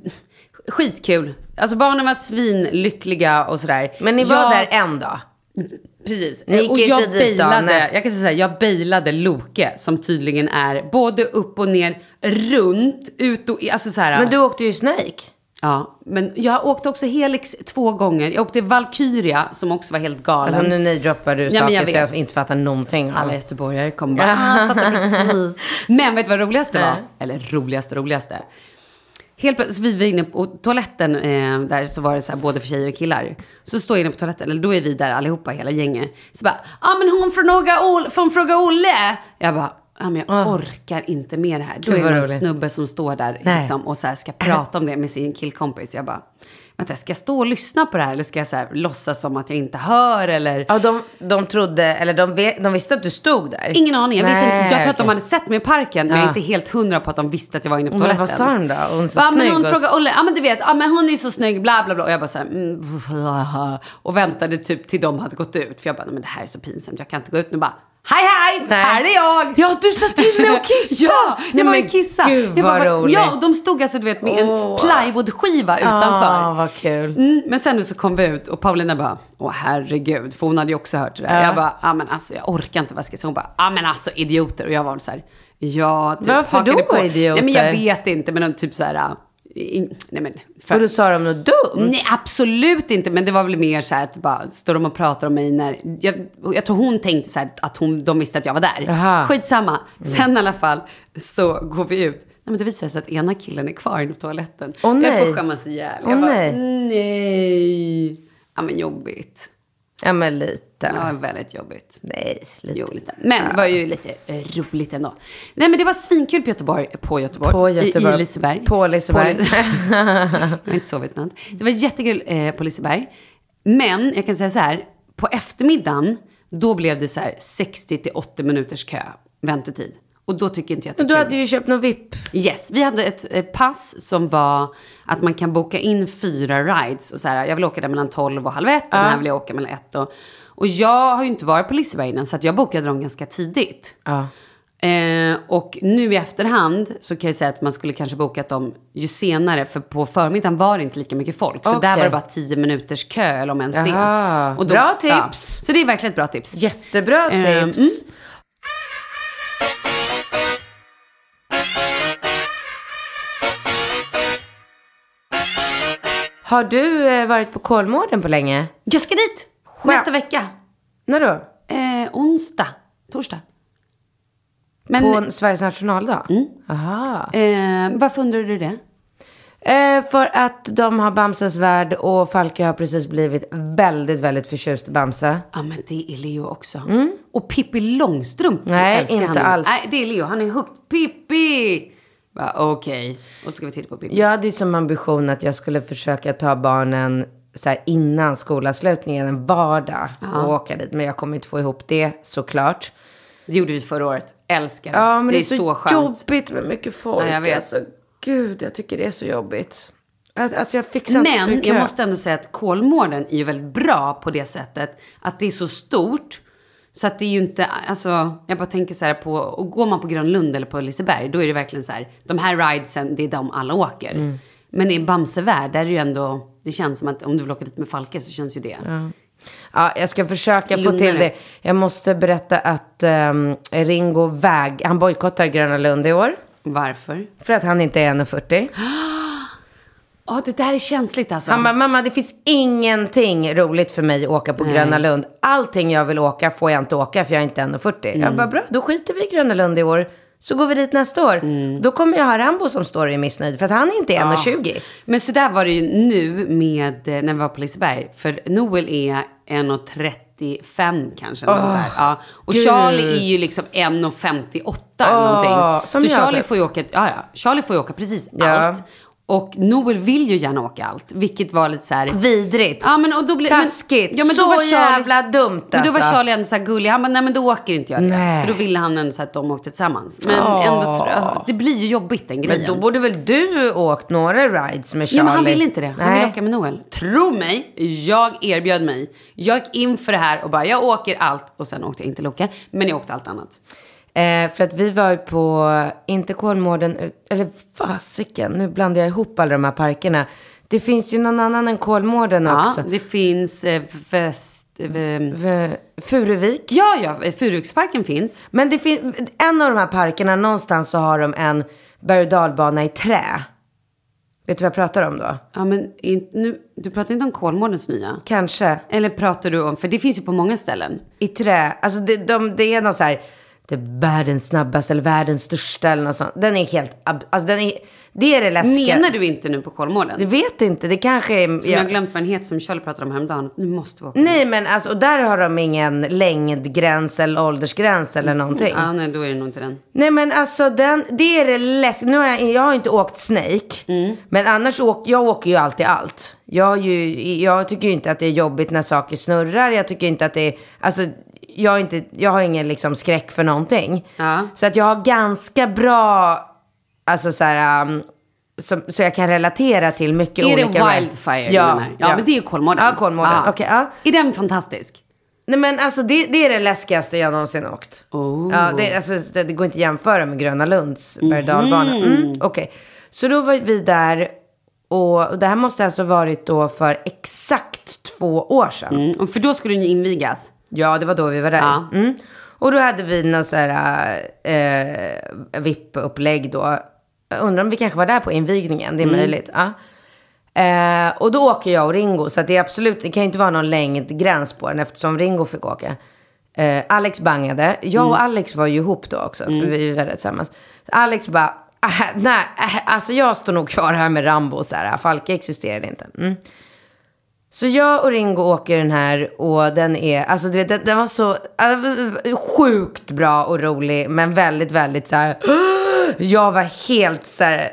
skitkul. Alltså barnen var svinlyckliga och sådär. Men ni var jag, där en dag? Precis. Ni gick och inte jag dit dagen bailade, efter. jag kan säga så här, jag bailade Loke som tydligen är både upp och ner, runt, ut och i- alltså så här. Men du åkte ju Snake. Ja, men jag åkte också Helix två gånger. Jag åkte Valkyria som också var helt galen. Alltså nu nidroppar du men saker jag så jag vet. inte fattar någonting. av. Alla göteborgare kommer [laughs] bara, ah, fattar precis. Men vet du vad roligaste var? Eller roligaste, roligaste. Helt plötsligt, vi var inne på toaletten eh, där så var det så här både för tjejer och killar. Så står jag inne på toaletten, eller då är vi där allihopa, hela gänget. Så bara, ja ah, men hon frågar Olle, från Fråga Olle. Jag bara, ja men jag orkar inte med det här. Då Ah." Gud, är det vad någon roligt. snubbe som står där Nej. liksom, och så här ska prata om det med sin killkompis. Jag bara, vänta ska jag stå och lyssna på det här eller ska jag så här, låtsas som att jag inte hör eller? Ja, de, de trodde, eller de, ve- de visste att du stod där. Ingen aning. Jag, vet inte, jag tror att de okej. hade sett mig i parken, men jag är Ja. inte helt hundra på att de visste att jag var inne på Men vad toaletten. sa hon då? Hon är så Va, men snygg hon och- frågade Olle, ja men du vet, ja, men hon är så snygg, bla bla bla. Och jag bara så här, mm, [laughs] blaha. och väntade typ till de hade gått ut. För jag bara, nej, men det här är så pinsamt, jag kan inte gå ut nu. Bara, hej hej, Nej. här är jag! Ja, du satt inne och kissade! [laughs] ja, Nej, jag var men och kissade. Gud, jag bara, vad va- roligt. Ja, och de stod alltså du vet med en plywoodskiva utanför. Ah, vad kul. Mm, men sen nu så kom vi ut och Paulina bara, åh herregud, för hon hade ju också hört det där. Ja. Jag bara, ja men alltså jag orkar inte vad jag ska säga. Hon bara, ja men alltså idioter. Och jag var så här, ja typ. Varför hakade då, på. Nej idioter? men jag vet inte, men de typ så här, ah, in, nej men. för- Och då sa de något dumt. Nej, absolut inte. Men det var väl mer så här att bara står de och pratar om mig när... Jag, och jag tror hon tänkte så här att hon, de visste att jag var där. Aha. Mm. Skitsamma. Sen i alla fall så går vi ut. Nej, men det visar sig att ena killen är kvar inne på toaletten. Åh, jag höll på nej. att skämmas ihjäl. Åh, jag bara, nej. nej. Ja, men jobbigt. Ja, men lite. Ja, väldigt jobbigt. Nej, lite. Jo, lite. Men det var ju lite eh, roligt ändå. Nej, men det var svinkul på Göteborg. På Göteborg. På I, i Göteborg. Liseberg. På Liseberg. På Li- [laughs] jag har inte sovit natt. Det var jättekul eh, på Liseberg. Men jag kan säga så här, på eftermiddagen, då blev det så här 60 till 80 minuters kö, väntetid. Och då tycker inte jag att det Men är du kul. hade ju köpt någon VIP. Yes, vi hade ett eh, pass som var att man kan boka in fyra rides. Och så här, jag vill åka där mellan 12 och halv ett och den här vill jag åka mellan ett och... Och jag har ju inte varit på Liseberg innan så att jag bokade dem ganska tidigt. Eh, och nu i efterhand så kan jag säga att man skulle kanske bokat dem ju senare för på förmiddagen var det inte lika mycket folk. Så där Okej. var det bara 10 minuters kö eller om ens Jaha. det. Och Bra ja. tips. Så det är verkligen ett bra tips. Jättebra tips. Ehm, mm. Har du eh, varit på Kolmården på länge? Jag ska dit Skönt. nästa vecka. När då? Eh, onsdag, torsdag. Men Mm. På Sveriges nationaldag? Aha. eh, varför undrar du det? Eh, för att de har Bamses värld och Falke har precis blivit väldigt, väldigt förtjust i Bamse. Ja men det är Leo också. Och Pippi Långstrump Mm. Nej, älskar inte han. alls. Nej, det är Leo. Han är hooked. Pippi! Va, Okej. Och så ska vi titta på Pippi. Jag hade ju som ambition att jag skulle försöka ta barnen så här innan skolavslutningen, en vardag, och åka dit. Men jag kommer inte få ihop det såklart. Det gjorde vi förra året. Älskar Ja, men det, är så, skönt. jobbigt med mycket folk. Ja, jag vet. Alltså, gud, jag tycker det är så jobbigt. Att- Alltså jag fixar inte Men stå i kö. jag måste ändå säga att Kolmården är ju väldigt bra på det sättet att det är så stort. Så att det är ju inte, alltså jag bara tänker så här på, och går man på Grönlund eller på Liseberg då är det verkligen så här, de här ridesen, det är de alla åker. Men i Bamsevärld, där är det ju ändå, det känns som att om du vill åka dit med Falke så känns ju det. Ja, jag ska försöka få Lugnare. till det. Jag måste berätta att ehm, Ringo Väg, han bojkottar Gröna Lund i år. Varför? För att han inte är [gasps] 1,40. Ja, det där är känsligt alltså. Han bara, mamma det finns ingenting roligt för mig att åka på Gröna Lund. Allting jag vill åka får jag inte åka för jag är inte 1,40. Mm. Jag bara, bra, då skiter vi i Gröna Lund i år. Så går vi dit nästa år. Mm. Då kommer jag ha Rambo som står i missnöjd för att han inte är 1,20. Men så där var det ju nu med eh, när vi var på Liseberg. För Noel är 1,35 kanske. något sånt där. Ja. Och gud. Charlie är ju liksom 1,58 eller någonting. som så jag Charlie, typ. får ju åka, ja, ja. Charlie får ju åka precis Ja. allt. Och Noel vill ju gärna åka allt. Vilket var lite så här... Vidrigt. Ja, men, och då blir, Taskigt. Så jävla dumt, Men då var alltså. Charlie ändå så här gullig. Han bara, nej men då åker inte jag det. Nej. För då ville han ändå så att de åkte tillsammans. Men ändå, tr- alltså, det blir ju jobbigt den grejen. Men då borde väl du åkt några rides med Charlie? Ja, men han vill inte det. Han Nej. vill åka med Noel. Tro mig, jag erbjöd mig. Jag gick in för det här och bara, jag åker allt. Och sen åkte jag inte Loka, men jag åkte allt annat. Eh, för att vi var ju på, inte Kolmården, ut- eller fasiken, nu blandar jag ihop alla de här parkerna. Det finns ju någon annan än Kolmården Ja, också. det finns eh, väst... v- V- Furuvik. Ja, ja, eh, Furuksparken finns. Men det finns, en av de här parkerna, någonstans så har de en berg och dalbana i trä. Vet du vad jag pratar om då? Ja, men in, nu, du pratar inte om Kolmårdens nya? Kanske. Eller pratar du om, för det finns ju på många ställen. I trä. Alltså det, de, det är någon så här det är världens snabbaste eller världens största eller något sånt. Den är helt, ab- alltså den är, det är det läskiga. Menar du inte nu på Jag Kolmården? vet inte, det kanske är... Som jag har glömt vad den heter som Kjell pratade om häromdagen. Nu måste vi åka. Nej men alltså, och där har de ingen längdgräns eller åldersgräns eller någonting. Mm, Ja, nej, då är det nog inte den. Nej men alltså den, det är det läskiga. Nu har jag, jag har inte åkt Snake. Mm. Men annars åker jag åker ju alltid allt. Jag, är ju, jag tycker ju inte att det är jobbigt när saker snurrar. Jag tycker inte att det är, alltså jag, är inte, jag har ingen liksom skräck för någonting. Ja. Så att jag har ganska bra, alltså så här, um, som, så jag kan relatera till mycket Är det olika. Wildfire du menar? Ja, men det är ju Kolmården. Ja, Kolmården. Okej, ja. Är den fantastisk? Nej men alltså det, det är det läskigaste jag någonsin åkt. Ja, det, alltså, det, det går inte att jämföra med Gröna Lunds berg och dalbana. mm, Okej, så då var vi där och, och det här måste alltså varit då för exakt två år sedan. Mm. För då skulle den ju invigas. Ja, det var då vi var där. Ja. Mm. Och då hade vi något så här eh, VIP-upplägg då. Jag undrar om vi kanske var där på invigningen, det är möjligt. Ja. Eh, och då åker jag och Ringo, så att det, är absolut, det kan ju inte vara någon längdgräns på den eftersom Ringo fick åka. Eh, Alex bangade. Jag och Alex var ju ihop då också, för vi var tillsammans. Så Alex bara, "Ah, nej, ah, alltså jag står nog kvar här med Rambo, så här, äh, Falke existerade inte. Mm. Så jag och Ringo åker den här och den är, alltså du vet, den, den var så äh, sjukt bra och rolig men väldigt, väldigt så här. [gasps] jag var helt så här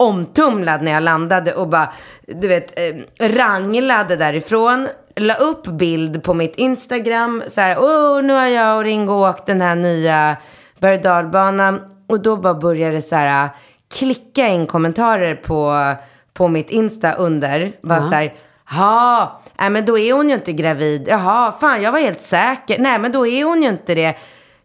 omtumlad när jag landade och bara, du vet, eh, ranglade därifrån. La upp bild på mitt Instagram, så här, åh, nu har jag och Ringo åkt den här nya berg och dalbanan. Och då bara började det så här klicka in kommentarer på, på mitt Insta under, bara så här, Ja, nej men då är hon ju inte gravid. Jaha, fan jag var helt säker. Nej men då är hon ju inte det.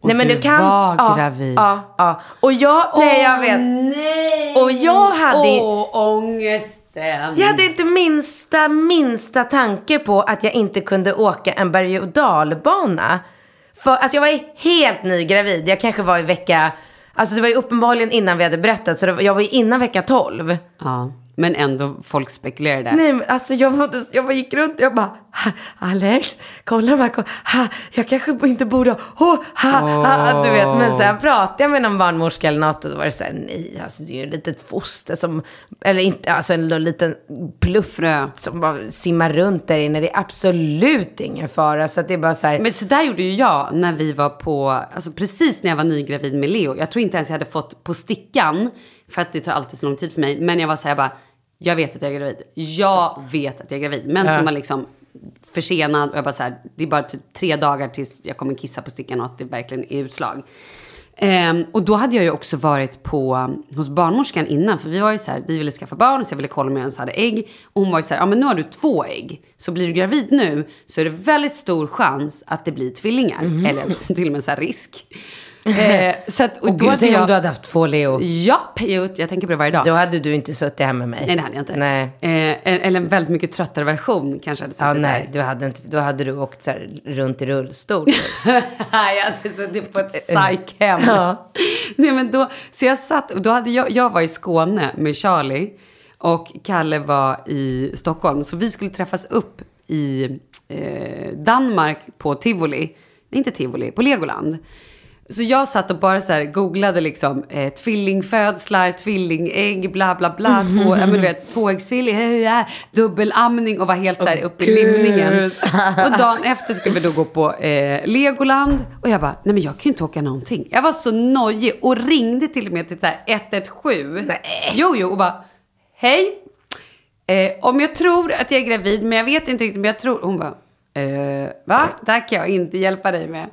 nej men du var ja, gravid. Ja, ja. Och jag, nej jag vet. nej! Och jag hade- Åh, ångesten. Jag hade inte minsta, minsta tanke på att jag inte kunde åka en berg och dalbana. För, alltså jag var helt ny gravid. Jag kanske var i vecka, alltså det var ju uppenbarligen innan vi hade berättat. Så det var, jag var ju innan vecka 12. Ja, men ändå, folk spekulerade. Nej, men alltså jag, mådde, jag bara gick runt och jag bara, "Ha, Alex, kolla de här, ko- ha, jag kanske inte borde, oh, ha, ha, du vet. Men sen pratade jag med någon barnmorska eller något och då var det så här, nej, alltså det är ju ett litet foster som, eller inte, alltså en liten pluffrö som bara simmar runt där inne. Det är absolut ingen fara. Så att det är bara så här, Men så där gjorde ju jag när vi var på, alltså precis när jag var nygravid med Leo. Jag tror inte ens jag hade fått på stickan, för att det tar alltid så lång tid för mig. Men jag var så här bara, jag vet att jag är gravid. Jag vet att jag är gravid. Men som var liksom försenad och jag bara så här, det är bara typ tre dagar tills jag kommer kissa på stickan och att det verkligen är utslag. Ehm, och då hade jag ju också varit på, hos barnmorskan innan, för vi var ju så här, vi ville skaffa barn, så jag ville kolla om jag ens hade ägg. Och hon var ju så här, ja men nu har du två ägg, så blir du gravid nu så är det väldigt stor chans att det blir tvillingar. Mhm. Eller jag tror till och med så här risk. [laughs] Ehm, så att, och och då gud, hade tänk om jag, du hade haft två Leo. japp, jag, jag tänker på det varje dag. Då hade du inte suttit här med mig. Nej, det hade jag inte. Nej. Ehm, eller en väldigt mycket tröttare version kanske hade suttit Ja, där. nej, du hade inte, då hade du åkt så här runt i rullstol. [laughs] Eh, jag hade suttit på ett psykhem. Nej, men då, så jag satt, och då hade jag, jag var i Skåne med Charlie och Kalle var i Stockholm. Så vi skulle träffas upp i eh, Danmark på Tivoli. Nej, inte Tivoli, på Legoland. Så jag satt och bara så här googlade liksom eh, tvillingfödslar, tvillingägg, bla bla bla. Två, ja, men du vet, tvåäggstvilling, eh, ja, dubbelamning och var helt så här uppe i limningen. Och dagen efter skulle vi då gå på eh, Legoland. Och jag bara, nej men jag kan ju inte åka någonting. Jag var så nojig och ringde till och med till så här 117. Nej. Jo, jo, och bara, hej. Eh, om jag tror att jag är gravid, men jag vet inte riktigt, men jag tror... Hon bara, eh, va? Det här kan jag inte hjälpa dig med.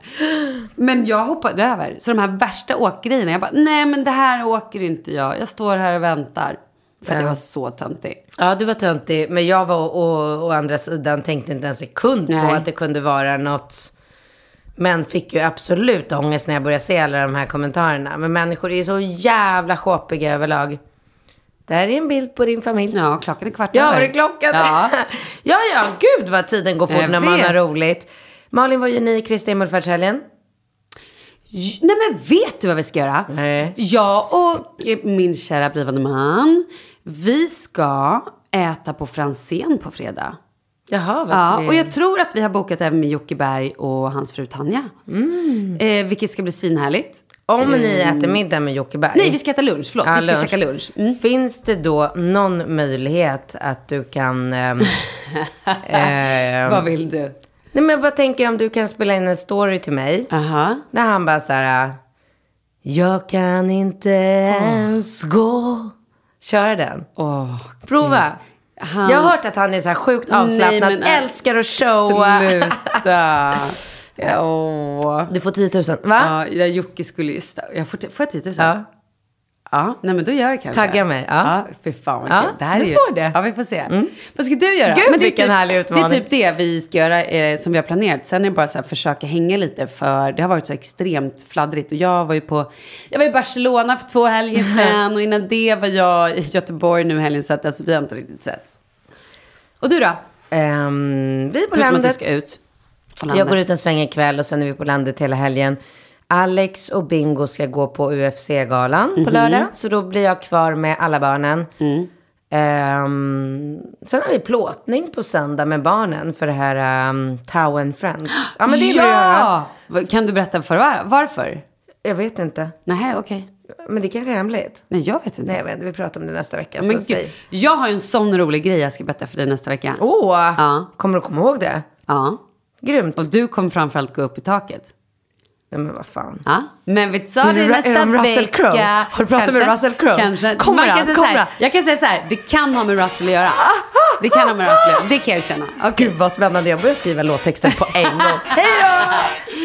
Men jag hoppade över. Så de här värsta åkgrejerna, jag bara, nej men det här åker inte jag. Jag står här och väntar. För att jag var så töntig. Ja, du var töntig. Men jag var å, å andra sidan tänkte inte en sekund på Nej. att det kunde vara något. Men fick ju absolut ångest när jag började se alla de här kommentarerna. Men människor är ju så jävla shopiga överlag. Där är en bild på din familj. Ja, klockan är kvart Ja, över. var det klockan? Ja. [laughs] ja, ja, gud vad tiden går fort Jag när man vet. har roligt. Malin, var ju ni i Kristi himmelfärdshelgen? J- Nej men vet du vad vi ska göra? Nej. Jag och eh, min kära blivande man, vi ska äta på Franzén på fredag. Jaha, vad Ja, trevligt. och jag tror att vi har bokat även med Jocke Berg och hans fru Tanja. Eh, vilket ska bli svinhärligt. Om ni äter middag med Jocke Berg. Nej, vi ska äta lunch. Förlåt, Ja, vi ska käka lunch. Mm. Finns det då någon möjlighet att du kan... [laughs] ehm, ehm, Vad vill du? Nej, men jag bara tänker om du kan spela in en story till mig. Aha. Där han bara så här... äh, Jag kan inte ens gå. Kör den. Åh, Prova. Han- Jag har hört att han är så här sjukt Nej, avslappnad. men, äh, älskar att showa. Sluta. Ja, [laughs] Åh. [laughs] Du får 10 000. Va? Ja, ja, Jocke skulle ju... sta- Jag får, t- får jag titta sen? Ja. Ja, nej men då gör jag kanske. Tagga mig, ja. fy fan vad Ja, kul. Det här du är ju får ett- det. Mm. Ja, vi får se. Vad ska du göra? Gud, det är vilken härlig Det är utmaning. typ det vi ska göra eh, som vi har planerat. Sen är det bara så här, försöka hänga lite för det har varit så extremt fladdrigt. Och jag var ju på, jag var i Barcelona för två [laughs] helger sedan och innan det var jag i Göteborg nu helgen. Så att alltså, vi har inte riktigt sett. Och du då? Ehm, vi är på Förutom att du landet. ska ut. på Jag landet. går ut en sväng ikväll och sen är vi på landet hela helgen. Alex och Bingo ska gå på UFC-galan Mhm. på lördag. Så då blir jag kvar med alla barnen. Mm. Ehm, sen har vi plåtning på söndag med barnen för det här um, Tau and Friends. Ja, men det vill jag göra. ja! Vad- Kan du berätta för var- varför? Jag vet inte. Nej, okej. Men det kanske är hemligt. Nej, jag vet inte. Nej, jag vet inte. Vi pratar om det nästa vecka. Men så gud, säg. Alltså, jag har ju en sån rolig grej jag ska berätta för dig nästa vecka. Åh! Ja. Kommer du komma ihåg det? Ja. Grymt. Och du kommer framförallt gå upp i taket. Nej, men vad fan. Ja. Men vi Är det tar det Ru- nästa är det om Russell vecka. Crowe? Har du pratat med Russell Crowe? Kanske. Kommer Man kan han? säga Kommer så här, han? jag kan säga så här, det kan ha med Russell att göra. Det kan ha med Russell att göra, det kan jag känna. Okej. Gud vad spännande. Jag börjar skriva låttexten på en gång. [laughs] Hej då!